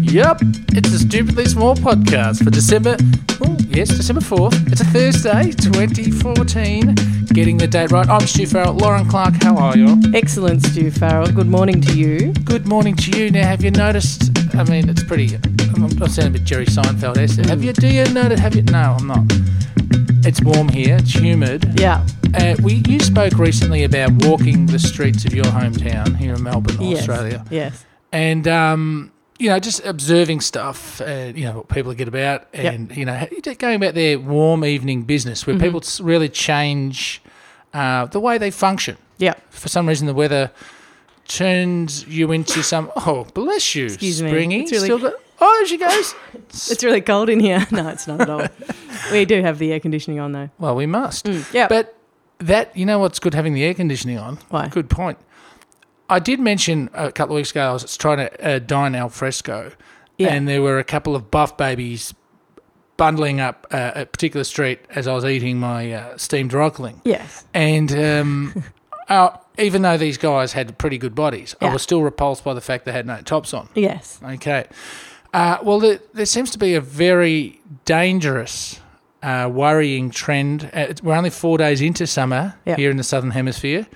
Yup, it's the Stupidly Small podcast for December. Oh, yes, December 4th. It's a Thursday, 2014. Getting the date right. I'm Stu Farrell. Lauren Clark, how are you? Excellent, Stu Farrell. Good morning to you. Good morning to you. Now, have you noticed? I mean, it's pretty. I'm, I'm sounding a bit Jerry Seinfeld esque. Have you? Do you notice? Have you? No, I'm not. It's warm here. It's humid. Yeah. Uh, we you spoke recently about walking the streets of your hometown here in Melbourne, yes. Australia, Yes. and um, you know just observing stuff. Uh, you know what people get about, Yep. Mm-hmm. and you know just going about their warm evening business where people s- really change uh, the way they function Yeah. for some reason the weather turns you into some oh bless you Excuse me. springy It's really- still got, oh there she goes It's really cold in here. No, it's not at all. we do have the air conditioning on though. Mm. well we must Yeah. but that you know what's good having the air conditioning on Why? good point i did mention a couple of weeks ago i was trying to uh, dine al fresco Yeah. and there were a couple of buff babies bundling up uh, a particular street as i was eating my uh, steamed rockling yes. And um, uh, even though these guys had pretty good bodies, I Yeah. was still repulsed by the fact they had no tops on. Yes. Okay. Uh, well, there, there seems to be a very dangerous, uh, worrying trend. Uh, it's- we're only four days into summer Yeah. here in the Southern Hemisphere.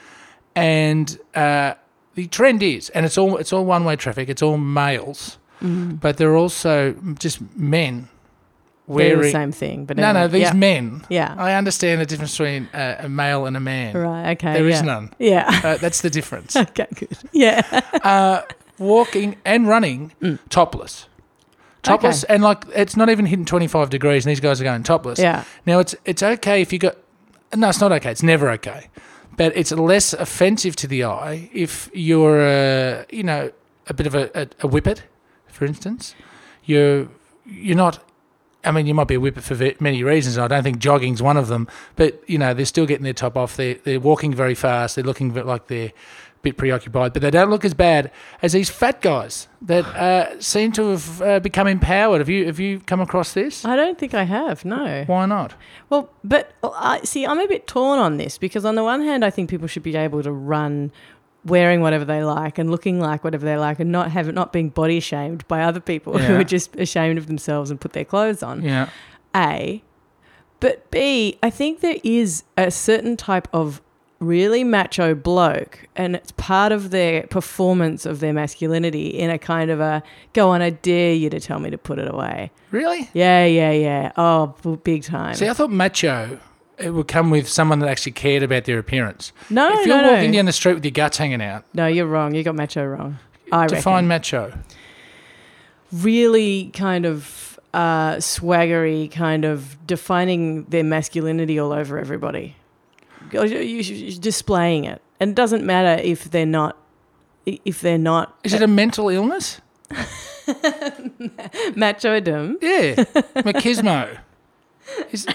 And uh, the trend is, and it's all, it's all one way traffic, it's all males, Mm-hmm. but there are also just men They're the wearing. same thing. But no, anyway. no, these Oh, yeah. men. Yeah. I understand the difference between uh, a male and a man. Right. Okay. There yeah. is none. Yeah. Uh, that's the difference. okay. Good. Yeah. Uh, walking and running topless. Topless and like it's not even hitting 25 degrees and these guys are going topless. yeah. Now it's it's okay if you got No, it's not okay. It's never okay. But it's less offensive to the eye if you're uh, you know a bit of a, a, a whippet, for instance. You're you're not I mean, you might be a whippet for ve- many reasons. and I don't think jogging's one of them, but you know they're still getting their top off. They're they're walking very fast. They're looking ve- like they're a bit preoccupied, but they don't look as bad as these fat guys that uh, seem to have uh, become empowered. Have you have you come across this? I don't think I have. No. Why not? Well, but I see. I'm a bit torn on this because on the one hand, I think people should be able to run wearing whatever they like and looking like whatever they like and not have not being body shamed by other people who Yeah. are just ashamed of themselves and put their clothes on. Yeah, A. But B, I think there is a certain type of really macho bloke, and it's part of their performance of their masculinity in a kind of a go on, I dare you to tell me to put it away. really? Yeah, yeah, yeah. Oh, b- big time. See, I thought macho it would come with someone that actually cared about their appearance. no, if you're no, no. walking down the street with your guts hanging out, no, you're wrong. You got macho wrong. I define reckon. macho. Really kind of uh, swaggery, kind of defining their masculinity all over everybody, Or you- you- you- displaying it, and it doesn't matter if they're not. If they're not Is it a mental illness? machodom, Yeah, machismo. Is-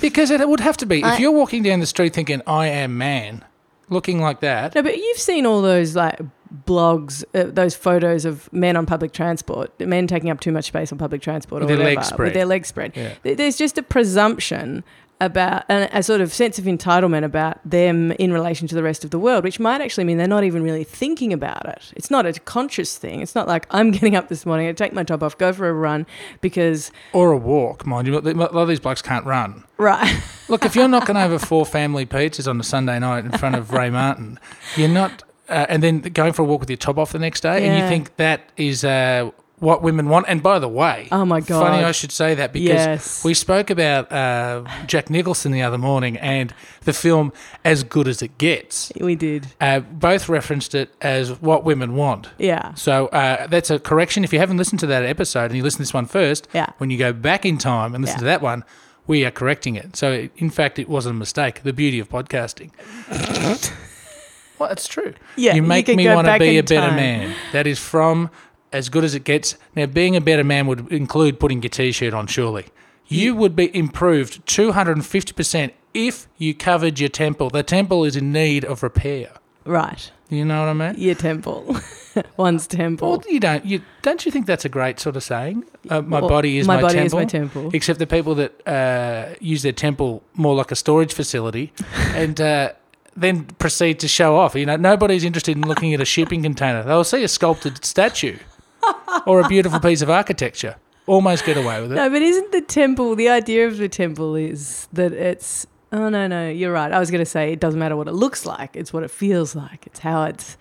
because it would have to be. If you're walking down the street thinking, I am man, looking like that, No, but you've seen all those like blogs, uh, those photos of men on public transport, men taking up too much space on public transport, With or their whatever, legs spread. with their legs spread. Yeah. There- There's just a presumption about and a sort of sense of entitlement about them in relation to the rest of the world, which might actually mean they're not even really thinking about it. It's not a conscious thing. It's not like I'm getting up this morning, I take my top off, go for a run, because or a walk, mind you, a lot of these blokes can't run. right, Look, if you're knocking over four family pizzas on a Sunday night in front of Ray Martin, you're not, uh, and then going for a walk with your top off the next day, and you Yeah. think that is uh, what women want. And by the way, Oh my God. funny I should say that because Yes. we spoke about uh, Jack Nicholson the other morning and the film As Good as It Gets. we did, uh, both referenced it as what women want. yeah, So uh, that's a correction. If you haven't listened to that episode and you listen to this one first, Yeah. when you go back in time and listen Yeah. to that one, we are correcting it. So in fact, it wasn't a mistake. The beauty of podcasting. well, it's true. yeah. you make can me go want to back be a in better time. man. That is from as good as it gets. Now, being a better man would include putting your t-shirt on. Surely, you would be improved two hundred and fifty percent if you covered your temple. The temple is in need of repair. right? You know what I mean? Your temple, one's temple. Well, you don't. You don't you think that's a great sort of saying? Uh, my Well, body is my my, body is temple. my temple. Except the people that uh, use their temple more like a storage facility, and uh, then proceed to show off. You know, nobody's interested in looking at a shipping container. They'll see a sculpted statue or a beautiful piece of architecture. Almost get away with it. No, but isn't the temple the idea of the temple is that it's oh no no you're right. I was going to say it doesn't matter what it looks like. It's what it feels like. It's how it's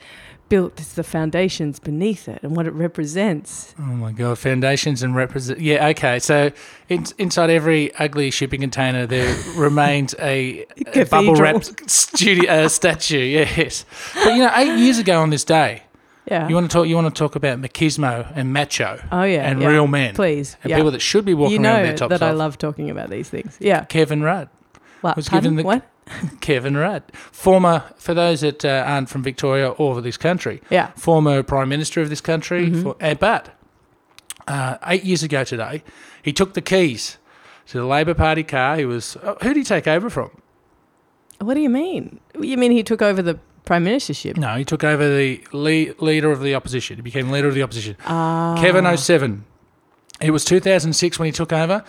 built. It's the foundations beneath it and what it represents. Oh my god, foundations and represent. Yeah, okay. So in, inside every ugly shipping container, there remains a, a bubble wrapped studio uh, statue. Yes, but you know, eight years ago on this day, Yeah. you want to talk. You want to talk about machismo and macho. oh yeah. and yeah. real men Please. and yeah. people that should be walking you around know with their tops that I off. love talking about these things. Yeah. Kevin Rudd. Like, Was pardon? given the- what? Kevin Rudd, former for those that uh, aren't from Victoria or this country, Yeah. former prime minister of this country. Mhm. For, uh, but uh, eight years ago today, he took the keys to the Labor Party car. He was oh, who did he take over from? What do you mean? You mean he took over the prime ministership? No, he took over the le- leader of the opposition. He became leader of the opposition. Ah. Kevin 07. It was 2006 when he took over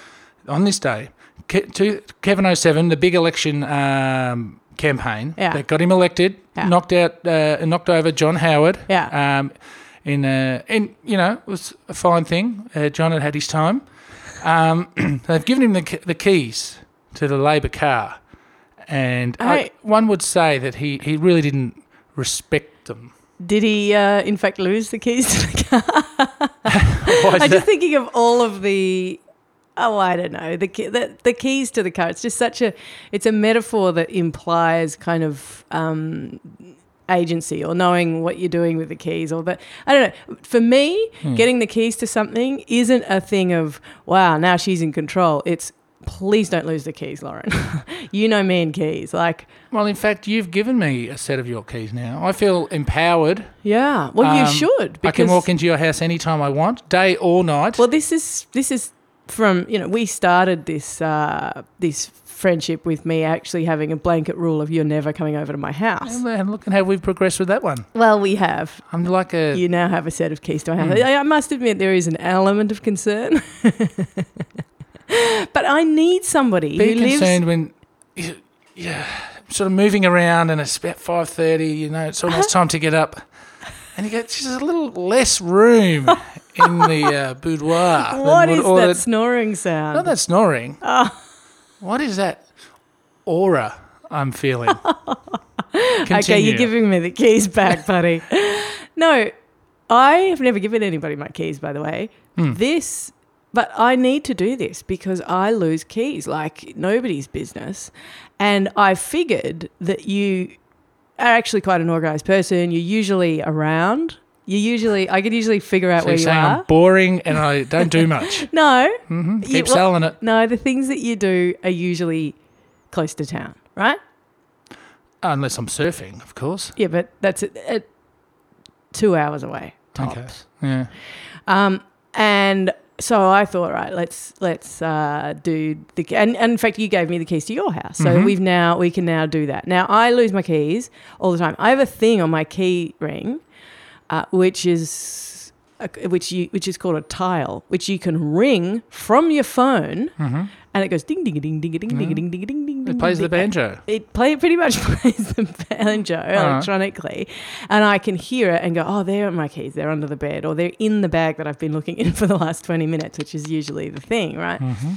on this day. Ke- two- Kevin 07, the big election um, campaign Yeah. that got him elected, Yeah. knocked out, uh, knocked over John Howard. Yeah. Um, in, uh, in you know, it was a fine thing. Uh, John had had his time. Um, they've given him the, ke- the keys to the Labor car, and I, Hey. one would say that he, he really didn't respect them. Did he, uh, in fact, lose the keys to the car? Why is I'm that? just thinking of all of the. Oh, I don't know the, key, the the keys to the car. It's just such a. It's a metaphor that implies kind of um, agency or knowing what you're doing with the keys or that. I don't know. For me, Hmm. getting the keys to something isn't a thing of wow. Now she's in control. It's please don't lose the keys, Lauren. you know me and keys. Like Well, in fact, you've given me a set of your keys now. I feel empowered. yeah. Well, you Um, should. I can walk into your house anytime I want, day or night. Well, this is this is from you know we started this uh, this friendship with me actually having a blanket rule of you're never coming over to my house. and and look at how we've progressed with that one. Well, we have. I'm like a. You now have a set of keys to my house. Mm. I I must admit there is an element of concern, but I need somebody be who lives. concerned when. you- Yeah, sort of moving around, and it's about five thirty. You know, it's almost Uh-huh. time to get up, and you go. There's a little less room in the uh, boudoir. than What is all that snoring sound? Not that snoring. Oh. What is that aura I'm feeling? Okay, Continue. you're giving me the keys back, buddy. no, I have never given anybody my keys, by the way. Hmm. This, but I need to do this because I lose keys like nobody's business. And I figured that you are actually quite an organized person. You're usually around. You usually, I could usually figure out So where you're you saying I'm are. boring and I don't do much. no, hmm Keep You- well- selling it. no, the things that you do are usually close to town, right? Unless I'm surfing, of course. Yeah, but that's it, it, two hours away. Tops. Okay. Yeah. Um, and so I thought, right, let's let's uh, do the and, and in fact, you gave me the keys to your house, so Mhm. we've now we can now do that. Now I lose my keys all the time. I have a thing on my key ring, uh, which is a, which you which is called a tile, which you can ring from your phone, hmm and it goes ding ding ding ding ding ding ding ding ding ding ding. It plays the ding. banjo. It play pretty much plays the banjo Uh-huh. electronically, and I can hear it and go, "Oh, there are my keys. They're under the bed, or they're in the bag that I've been looking in for the last twenty minutes," which is usually the thing, right? hmm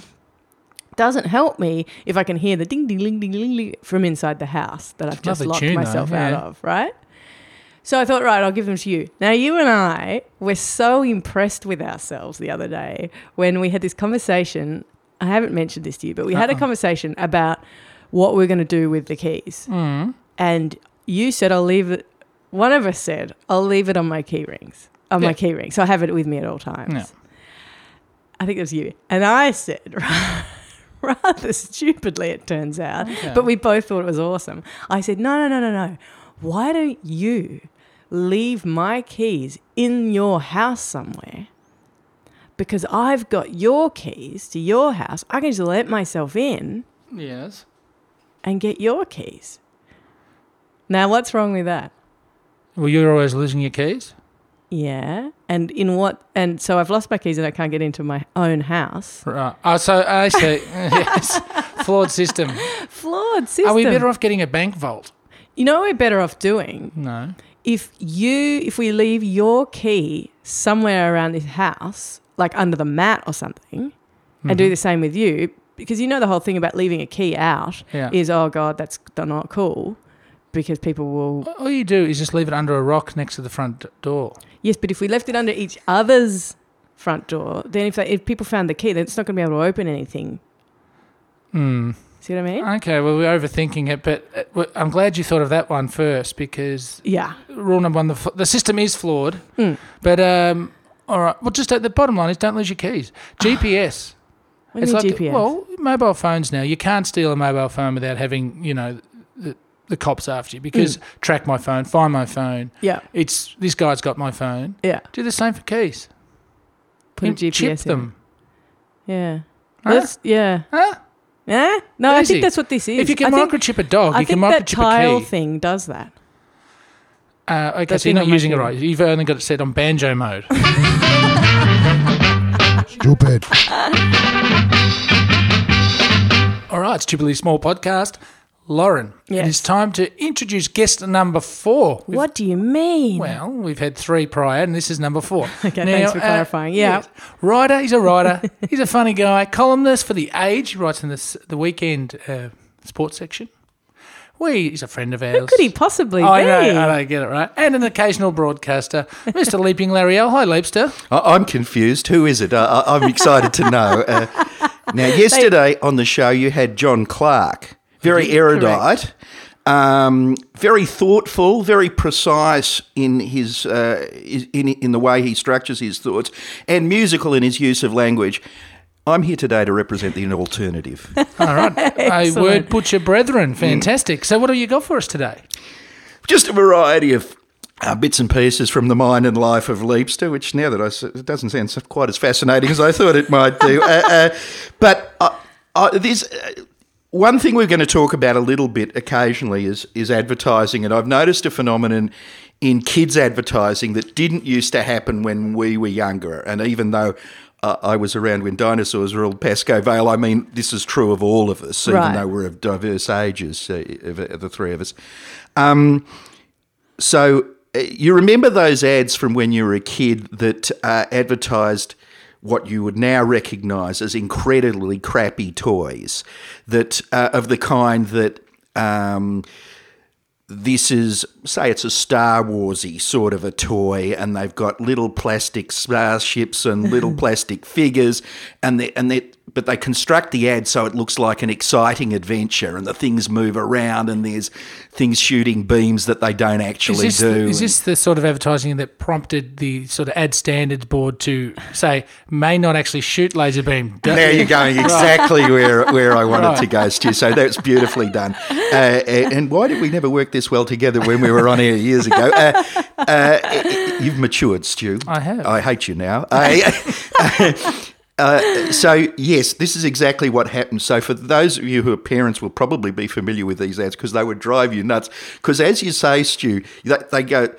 Doesn't help me if I can hear the ding, ding, ding, ding, ding, ding from inside the house that I've just Lovely locked tune, though, myself out yeah. of, right? So I thought, right, I'll give them to you. Now, you and I were so impressed with ourselves the other day when we had this conversation. I haven't mentioned this to you, but we had a Uh-uh. conversation about what we're going to do with the keys Mm. Mm-hmm. and you said I'll leave it. One of us said I'll leave it on my key rings, on my Yeah. key ring, so I have it with me at all times. Yeah. I think it was you, and I said rather stupidly, it turns out, Okay. but we both thought it was awesome. I said, no, no, no, no, no. Why don't you leave my keys in your house somewhere? Because I've got your keys to your house, I can just let myself in Yes. and get your keys. Now, what's wrong with that? Well, you're always losing your keys. Yeah. And in what? And so I've lost my keys and I can't get into my own house. Right. Oh, so I see. yes. Flawed system. Flawed system. Are we better off getting a bank vault? You know what we're better off doing No. if you if we leave your key somewhere around this house, like under the mat or something, and Mm-hmm. do the same with you, because you know the whole thing about leaving a key out Yeah. is oh god, that's not cool, because people will All you do is just leave it under a rock next to the front door. Yes, but if we left it under each other's front door, then if, they, if people found the key, then it's not going to be able to open anything. Hmm. See what I mean? Okay, well, we're overthinking it, but uh, w- I'm glad you thought of that one first because yeah. rule number one, the, f- the system is flawed. Mm. But, um, all right, well, just uh, the bottom line is don't lose your keys. GPS. What do you mean like- GPS? Well, mobile phones now. You can't steal a mobile phone without having, you know, the, the cops after you because Hmm. track my phone, find my phone. yeah, It's this guy's got my phone. yeah. Do the same for keys. Put a You GPS chip in. them. Yeah. Huh? That's yeah. Huh? Eh? No, I Easy. think that's what this is. If you can I think, microchip a dog, I you can think that microchip tile a key. thing does that. Uh, okay, That so you're thing not on my using it keyboard. right. You've only got it set on banjo mode. Stupid. All right, it's Jubilee Small Podcast. Lauren, it Yes. is time to introduce guest number four. We've- What do you mean? Well, we've had three prior, and this is number four. uh, Okay, thanks for clarifying. Yeah. writer. He's a writer. he's a funny guy. Columnist for the Age. He writes in the s- the weekend uh, sports section. We, he's a friend of ours. Who could he possibly I be? know, I don't get it right. And an occasional broadcaster, Mr. Leaping Lariel. Hi, Leapster. I- I'm confused. Who is it? I- I- I'm excited to know. Uh, now, yesterday on the show, you had John Clark, very erudite, um, very thoughtful, very precise in his uh, i- in in the way he structures his thoughts, and musical in his use of language. I'm here today to represent the alternative. All right. a Excellent. word butcher brethren. Fantastic. So, what have you got for us today? just a variety of uh, bits and pieces from the mind and life of Leapster, which now that I s it doesn't sound so- quite as fascinating as I thought it might do. uh, uh, but I, I, this. Uh, one thing we're going to talk about a little bit occasionally is is advertising, and I've noticed a phenomenon in kids advertising that didn't used to happen when we were younger. And even though uh, I was around when dinosaurs ruled Pascoe Vale, I mean this is true of all of us, Right. even though we're of diverse ages, uh, of, of the three of us. Um, so uh, you remember those ads from when you were a kid that uh, advertised what you would now recognise as incredibly crappy toys, that uh, of the kind that. Um, this is say it's a Star Warsy sort of a toy, and they've got little plastic starships and little plastic figures, and they and they but they construct the ad so it looks like an exciting adventure, and the things move around, and there's things shooting beams that they don't actually Is this, do. is and- this the sort of advertising that prompted the sort of ad standards board to say may not actually shoot laser beam? Do- There you're going exactly where where I wanted Right. to go, Stu. So that's beautifully done. Uh, a- and why did we never work this well together when we were on air years ago? Uh, uh, you've matured, Stu. I have. I hate you now. I- uh, so yes, this is exactly what happened. So for those of you who are parents, will probably be familiar with these ads because they would drive you nuts. Because as you say, Stu, they, they go.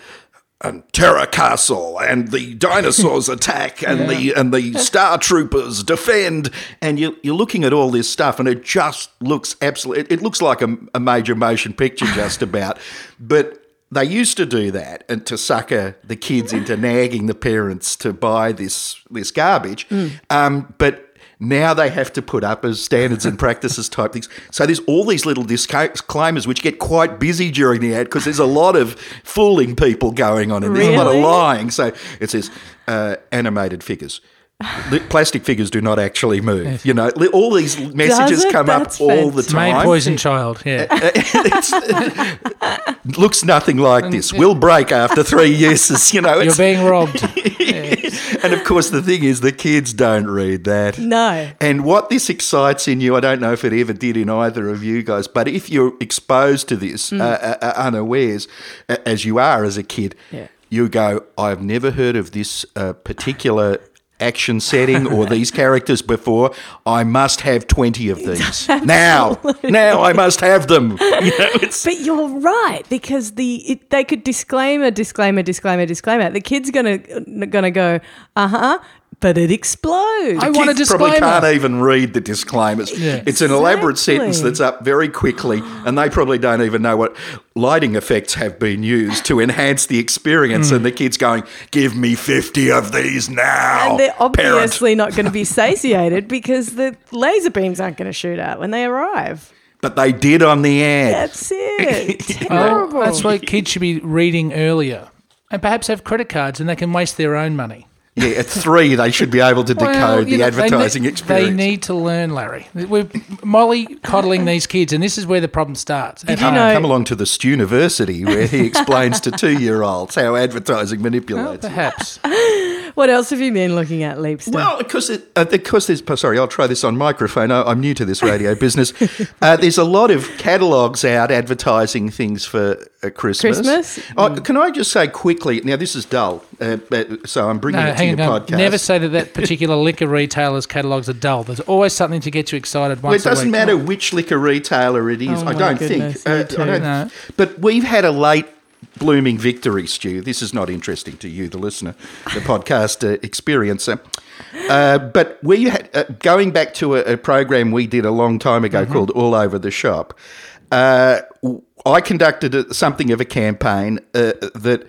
And Terra Castle, and the dinosaurs attack, and the and the Star Troopers defend, and you, you're looking at all this stuff, and it just looks absolutely. It, it looks like a, a major motion picture, just about. But they used to do that and to sucker the kids into nagging the parents to buy this this garbage. Um, but now they have to put up as standards and practices type things. So there's all these little disclaimers which get quite busy during the ad because there's a lot of fooling people going on and there's a lot Really? of lying. So it says uh, animated figures. Li- Plastic figures do not actually move. You know, li- all these messages it? come up That's all the May time. poison child. Yeah. It's- looks nothing like this. Will break after three uses. You know, You're it's, being robbed. and of course, the thing is, the kids don't read that. No. And what this excites in you, I don't know if it ever did in either of you guys, but if you're exposed to this uh, uh, uh, unawares, uh, as you are as a kid, Yeah. you go, I've never heard of this uh, particular action setting or these characters before. I must have 20 of these. Now, now I must have them. You know, it's, But you're right because the it, they could disclaimer, disclaimer, disclaimer, disclaimer. The kid's gonna gonna go, uh huh. but it explodes. I want a Kids probably disclaimer. can't even read the disclaimers. Yeah. It's an elaborate Exactly. sentence that's up very quickly, and they probably don't even know what lighting effects have been used to enhance the experience. Mm. And the kids going, "Give me fifty of these now." and they're Oh, parent." obviously not going to be satiated because the laser beams aren't going to shoot out when they arrive. but they did on the ad. That's Well, it. Terrible. that's why kids should be reading earlier and perhaps have credit cards and they can waste their own money. Yeah, at three, they should be able to decode Well, you the know, they ne- advertising experience. They need to learn, Larry. We're molly coddling these kids, and this is where the problem starts. At you home. know- Come along to the Stuniversity where he explains to two year olds how advertising Well, manipulates. perhaps. Uh, what else have you been looking at, Leapster? Well, because it, uh, because there's oh, sorry, I'll try this on microphone. I, I'm new to this radio business. Uh, there's a lot of catalogues out advertising things for uh, Christmas. Christmas? Oh, can I just say quickly? Now this is dull, uh, but, so I'm No, bringing it to hang your on. podcast. Never say that that particular liquor retailer's catalogues are dull. There's always something to get you excited. Well, Once it doesn't a week. matter which liquor retailer it is. Oh I my don't goodness, think. uh, me I too. don't- No. But we've had a late blooming victory, Stu. This is not interesting to you, the listener, the podcast uh, experiencer. Uh, but we had, uh, going back to a, a program we did a long time ago Mm-hmm. called All Over the Shop. Uh, w- I conducted a, something of a campaign uh, that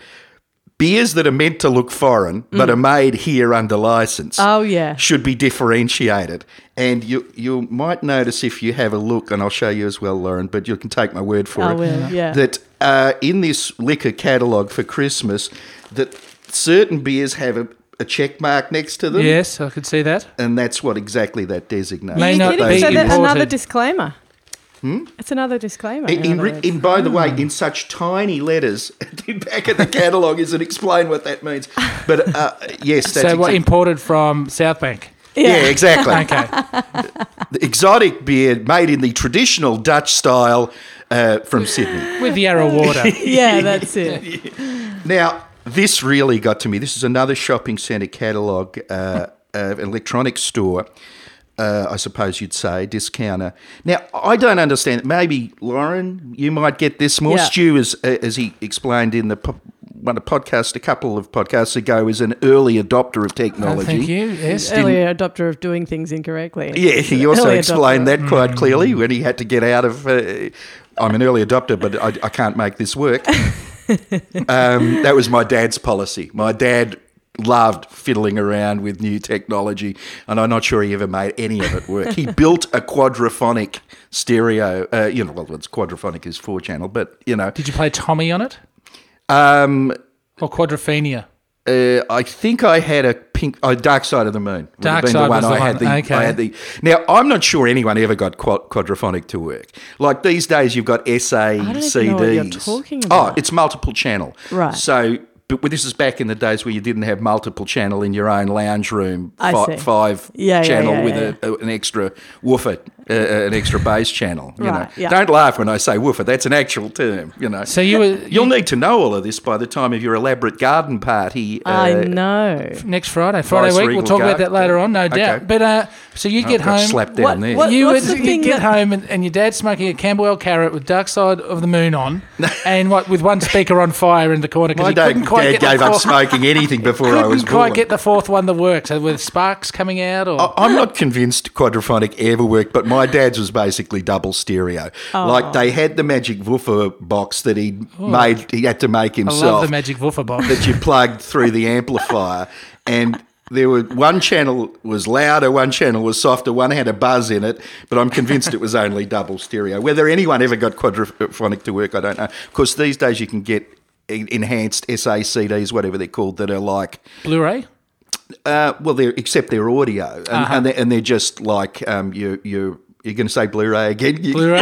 beers that are meant to look foreign but are made here under license Mm. oh yeah. should be differentiated. And you you might notice if you have a look, and I'll show you as well, Lauren. But you can take my word for I it. will, yeah. That uh, in this liquor catalogue for Christmas, that certain beers have a, a check mark next to them. Yes, I could see that. And that's what exactly that designates. May Are you not kidding? be So that imported. another disclaimer. Hmm? It's another disclaimer. In, in in, other re- words. in by the way, in such tiny letters at the back of the catalogue, is it explain what that means? But uh, yes, that's So what exact- imported from South Bank? yeah. exactly. Okay. The exotic beer made in the traditional Dutch style uh, from Sydney. With Yarra water. Uh, yeah, that's it. Now, this really got to me. This is another shopping centre catalogue, uh, uh, electronics store, uh, I suppose you'd say, discounter. Now, I don't understand. Maybe, Lauren, you might get this more. Yeah. Stu, as, uh, as he explained in the po- one of podcast a couple of podcasts ago, is an early adopter of technology. Thank you. Yes. Earlier adopter of doing things incorrectly. Yeah, he also Early explained that quite clearly when he had to get out of. Uh, I'm an early adopter, but I, I can't make this work. um, that was my dad's policy. My dad loved fiddling around with new technology, and I'm not sure he ever made any of it work. He built a quadraphonic stereo. Uh, you know, well, it's quadraphonic is four channel, but you know, Did you play Tommy on it um, or Quadrophenia? Uh, I think I had a pink, oh, Dark Side of the Moon. would have Dark been Side the one was the I had one, the. okay. I had the. Now I'm not sure anyone ever got quad- quadraphonic to work. Like these days, you've got SA don't CDs. even know what you're talking about. Oh, it's multiple channel. Right. So, but this is back in the days where you didn't have multiple channel in your own lounge room. I fi- see. Five Yeah, yeah, channel yeah, with yeah. A, a- an extra woofer, uh, uh, an extra bass channel. You Right, know, yeah. don't laugh when I say woofer. That's an actual term. You know. So you were You'll need to know all of this by the time of your elaborate garden party. I uh, know. next Friday, Friday week. Regal We'll talk about Guard. that later on, no Okay. Oh, doubt. But uh, so you get got home. slapped down What- there. what- You What's would the thing you'd get that- home and, and your dad's smoking a Camberwell carrot with Dark Side of the Moon on, and what with one speaker on fire in the corner because My he dad, couldn't quite dad get gave the up fourth, smoking anything before I was couldn't born. Oh, quite get the fourth one to work. So with sparks coming out, or I- I'm not convinced quadraphonic ever worked, but my dad's was basically double stereo. Oh. Like they had the magic woofer box that he made. He had to make I himself. love the magic woofer box. that you plugged through the amplifier and there were one channel was louder, one channel was softer, one had a buzz in it, but I'm convinced it was only double stereo. Whether anyone ever got quadraphonic to work, I don't know. Of course, these days you can get en- enhanced SA CDs, whatever they're called, that are like Blu-ray. uh, well, they're except they're audio, and, and, they're, and they're just like um, you you you're going to say Blu-ray again. You- Blu-ray.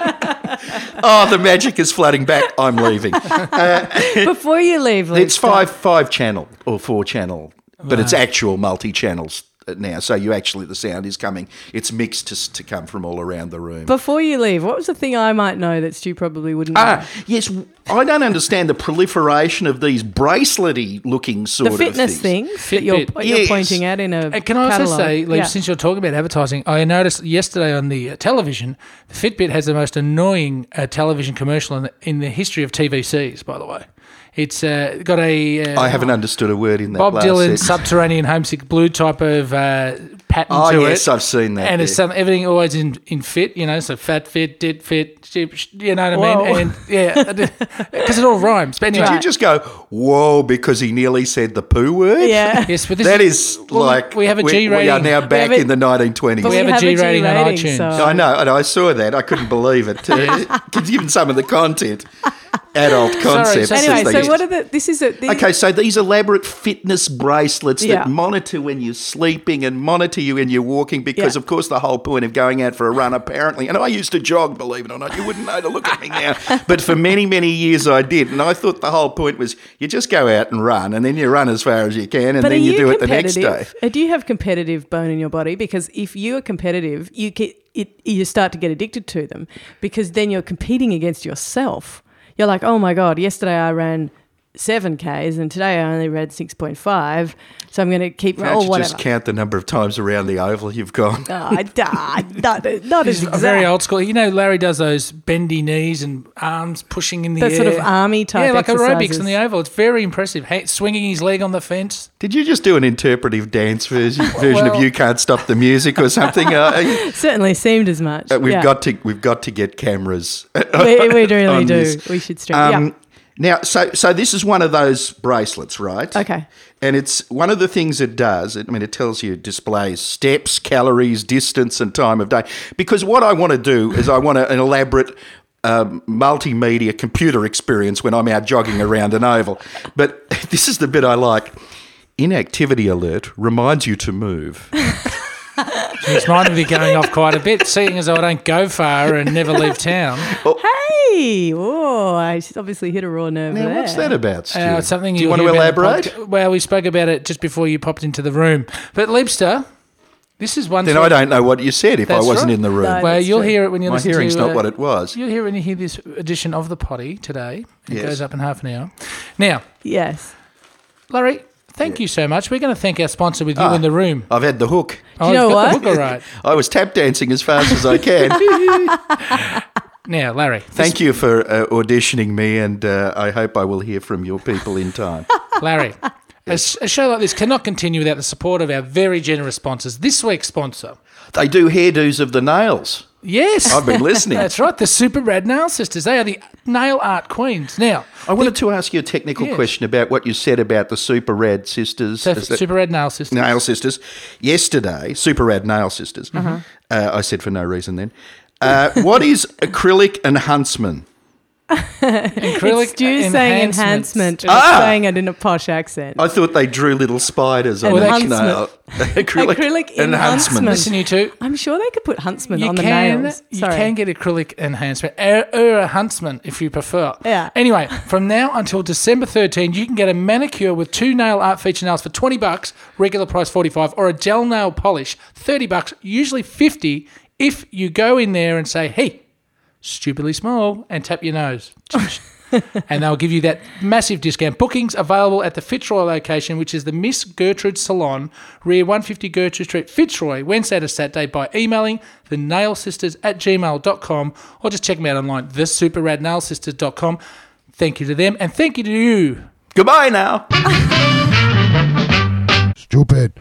oh, the magic is flooding back. I'm leaving. Before you leave, It's Leapster, five five channel or four channel, but it's actual multi channels now. So you actually the sound is coming. It's mixed to, s- to come from all around the room. Before you leave, what was the thing I might know that Stu probably wouldn't know? ah, yes, I don't understand the proliferation of these bracelety looking sort the of fitness things. things that you're, Fitbit. you're Yes. pointing at in a And can I also catalogue. say, Lee, Yeah. since you're talking about advertising, I noticed yesterday on the uh, television, Fitbit has the most annoying uh, television commercial in the, in the history of TVCs, by the way. It's uh, got a uh, I haven't understood a word in that. Bob last Dylan sentence. subterranean homesick blue type of uh, pattern Oh to yes, it. I've seen that. and it's yeah. some everything always in, in fit, you know, so fat fit, dit fit, ship, sh- you know what I Whoa. mean? And yeah, because it all rhymes. But anyway, Did you just go whoa because he nearly said the poo word? Yeah. yes, but this that is well, like we have a we- G We are rating. now back have a- in the 1920s. But we have a G rating on iTunes. I Um, know, and I saw that. I couldn't believe it. Uh, Given some of the content, adult concepts. so- as Anyway, they so used what to- are the? This is a. This, Okay, so these elaborate fitness bracelets Yeah. that monitor when you're sleeping and monitor you when you're walking, because Yeah. of course the whole point of going out for a run, apparently, and I used to jog, believe it or not, you wouldn't know to look at me now, but for many many years I did, and I thought the whole point was you just go out and run, and then you run as far as you can, and But then are you, you do it the next competitive? day. Uh, Do you have competitive bone in your body? Because if you are competitive, you get, it, you start to get addicted to them because then you're competing against yourself. You're like, oh my god, yesterday I ran seven k's and today I only ran six point five, so I'm going to keep Can't or you whatever. just count the number of times around the oval you've gone? Ah, da, not, not He's a as very exact. old school. You know, Larry does those bendy knees and arms pushing in the That air. sort of army type. Yeah, like exercises. aerobics in the oval. It's very impressive. Ha swinging his leg on the fence. Did you just do an interpretive dance version, version Well- of "You Can't Stop the Music" or something? Uh, Certainly seemed as much. we've Yeah. got to we've got to get cameras. We, we really on do. this. We should strengthen. Um, Now, so so this is one of those bracelets, right? Okay. And it's one of the things it does. I mean, it tells you displays steps, calories, distance, and time of day. Because what I want to do is I want an elaborate. Um, multimedia computer experience when I'm out jogging around an oval. But this is the bit I like. Inactivity alert reminds you to move. Which might be going off quite a bit, seeing as I don't go far and never leave town. yeah. Hey, whoa! I just obviously hit a raw nerve Now, there. what's that about, Stu? Uh, it's something Do you you'll want to hear about in the elaborate? podca- well, we spoke about it just before you popped into the room. But Leapster, this is one Then thing. I don't know what you said if I That's wasn't right. in the room. No. Well, That's you'll true. hear it when you My listen hearing's to not uh, what it was. You'll hear it when you hear this edition of the potty today. It Yes. goes up in half an hour. Now, Yes. Larry, thank you so much. We're going to thank our sponsor with you Ah. in the room. I've had the hook. Do you know what? Oh, All right. I was tap dancing as fast as I can. Now, Larry. Thank you for uh, auditioning me, and uh, I hope I will hear from your people in time. Larry. A, s- a show like this cannot continue without the support of our very generous sponsors. This week's sponsor, they do hairdos of the nails. yes, I've been listening. that's right, the Super Rad Nail Sisters. They are the nail art queens. Now, I wanted to ask you a technical Yes. question about what you said about the Super Rad Sisters. so Is that- Super Rad Nail Sisters. Nail Sisters. Yesterday, Super Rad Nail Sisters. Uh, I said for no reason then. Uh, what is acrylic and huntsman? Acrylic it's Stu saying enhancements. enhancement, and Ah! it's saying it in a posh accent. I thought they drew little spiders on Well, each huntsman. nail. acrylic, Acrylic enhancement. enhancement. Listen, you two. I'm sure they could put huntsman Oh. You on the can, nails. you Sorry. can get acrylic enhancement, or, or a huntsman if you prefer. Yeah. Anyway, from now until December 13, you can get a manicure with two nail art feature nails for 20 bucks, regular price 45, or a gel nail polish, 30 bucks, usually 50 if you go in there and say, hey, stupidly small, and tap your nose. and they'll give you that massive discount. Bookings available at the Fitzroy location, which is the Miss Gertrude Salon, rear 150 Gertrude Street, Fitzroy, Wednesday to Saturday by emailing the nail sisters at gmail.com or just check them out online, thesuperradnailsisters.com. Thank you to them and thank you to you. Goodbye now. Stupid.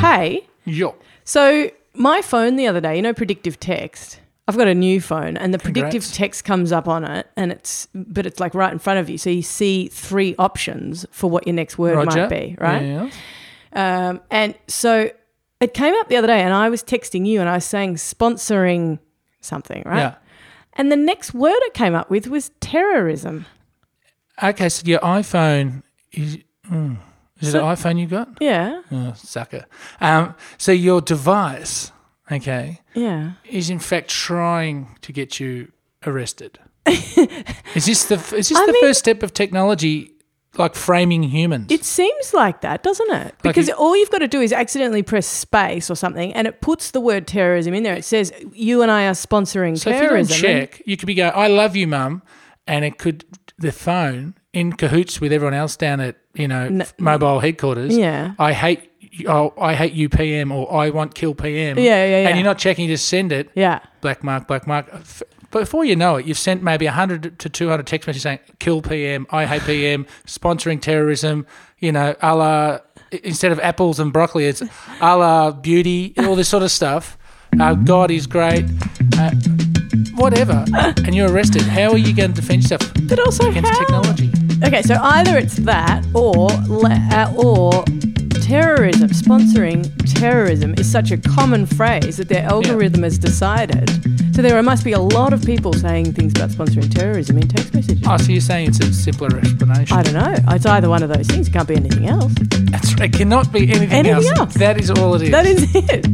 Hey, Yo. so my phone the other day, you know, predictive text. I've got a new phone, and the predictive Congrats. text comes up on it, and it's but it's like right in front of you, so you see three options for what your next word Roger. might be, right? Yeah. Um, and so it came up the other day, and I was texting you, and I was saying sponsoring something, right? yeah. And the next word it came up with was terrorism. Okay, so your iPhone is. mm. Is it So- an iPhone you got? Yeah, Oh, sucker. Um, so your device, okay, yeah. is in fact trying to get you arrested. is this the is this I the mean- first step of technology, like framing humans? It seems like that, doesn't it? Because it- all you've got to do is accidentally press space or something, and it puts the word terrorism in there. It says you and I are sponsoring so terrorism. if you don't check, you could be going, "I love you, mum," and it could the phone in cahoots with everyone else down at you know f- mobile headquarters. Yeah. I hate. Oh, I hate you, PM, or I want kill PM. Yeah, yeah, yeah. And you're not checking, you just send it. yeah. Black mark, black mark. F- But before you know it, you've sent maybe 100 to 200 text messages saying, kill PM, I hate PM, sponsoring terrorism, you know, a la, i- instead of apples and broccoli, it's a la beauty, all this sort of stuff. Uh, God is great, uh, whatever. And you're arrested. How are you going to defend yourself But also, against how? technology? Okay, so either it's that or le- uh, or terrorism. Sponsoring terrorism is such a common phrase that their algorithm has decided. So there must be a lot of people saying things about sponsoring terrorism in text messages. Oh, so you're saying it's a simpler explanation? I don't know. It's either one of those things. It can't be anything else. That's right. It cannot be anything, Anything else. That is all it is. That is it.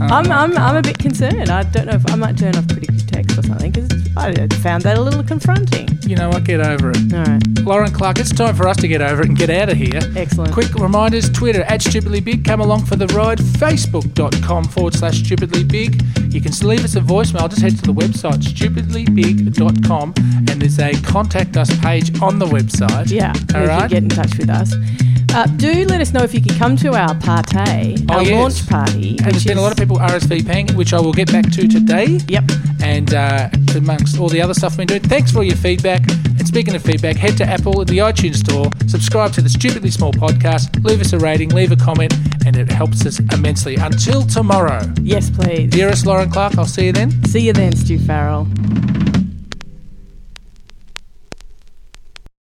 I'm, I'm, I'm a bit concerned. I don't know if I might turn off predictive text or something because I found that a little confronting. You know what? Get over it. All right. Lauren Clark, it's time for us to get over it and get out of here. Excellent. Quick reminders Twitter at stupidly big. Come along for the ride. Facebook.com forward slash stupidly big. You can leave us a voicemail. Just head to the website stupidlybig.com and there's a contact us page on the website. Yeah, All you right. can get in touch with us. Uh, do let us know if you can come to our party, Oh, our yes. launch party. And there's which been a is- lot of people RSVPing, which I will get back to today. Yep. and uh, amongst all the other stuff we've been doing. Thanks for all your feedback. And speaking of feedback, head to Apple, the iTunes Store, subscribe to the Stupidly Small podcast, leave us a rating, leave a comment, and it helps us immensely. Until tomorrow, Yes, please. dearest Lauren Clark, I'll see you then. See you then, Stu Farrell.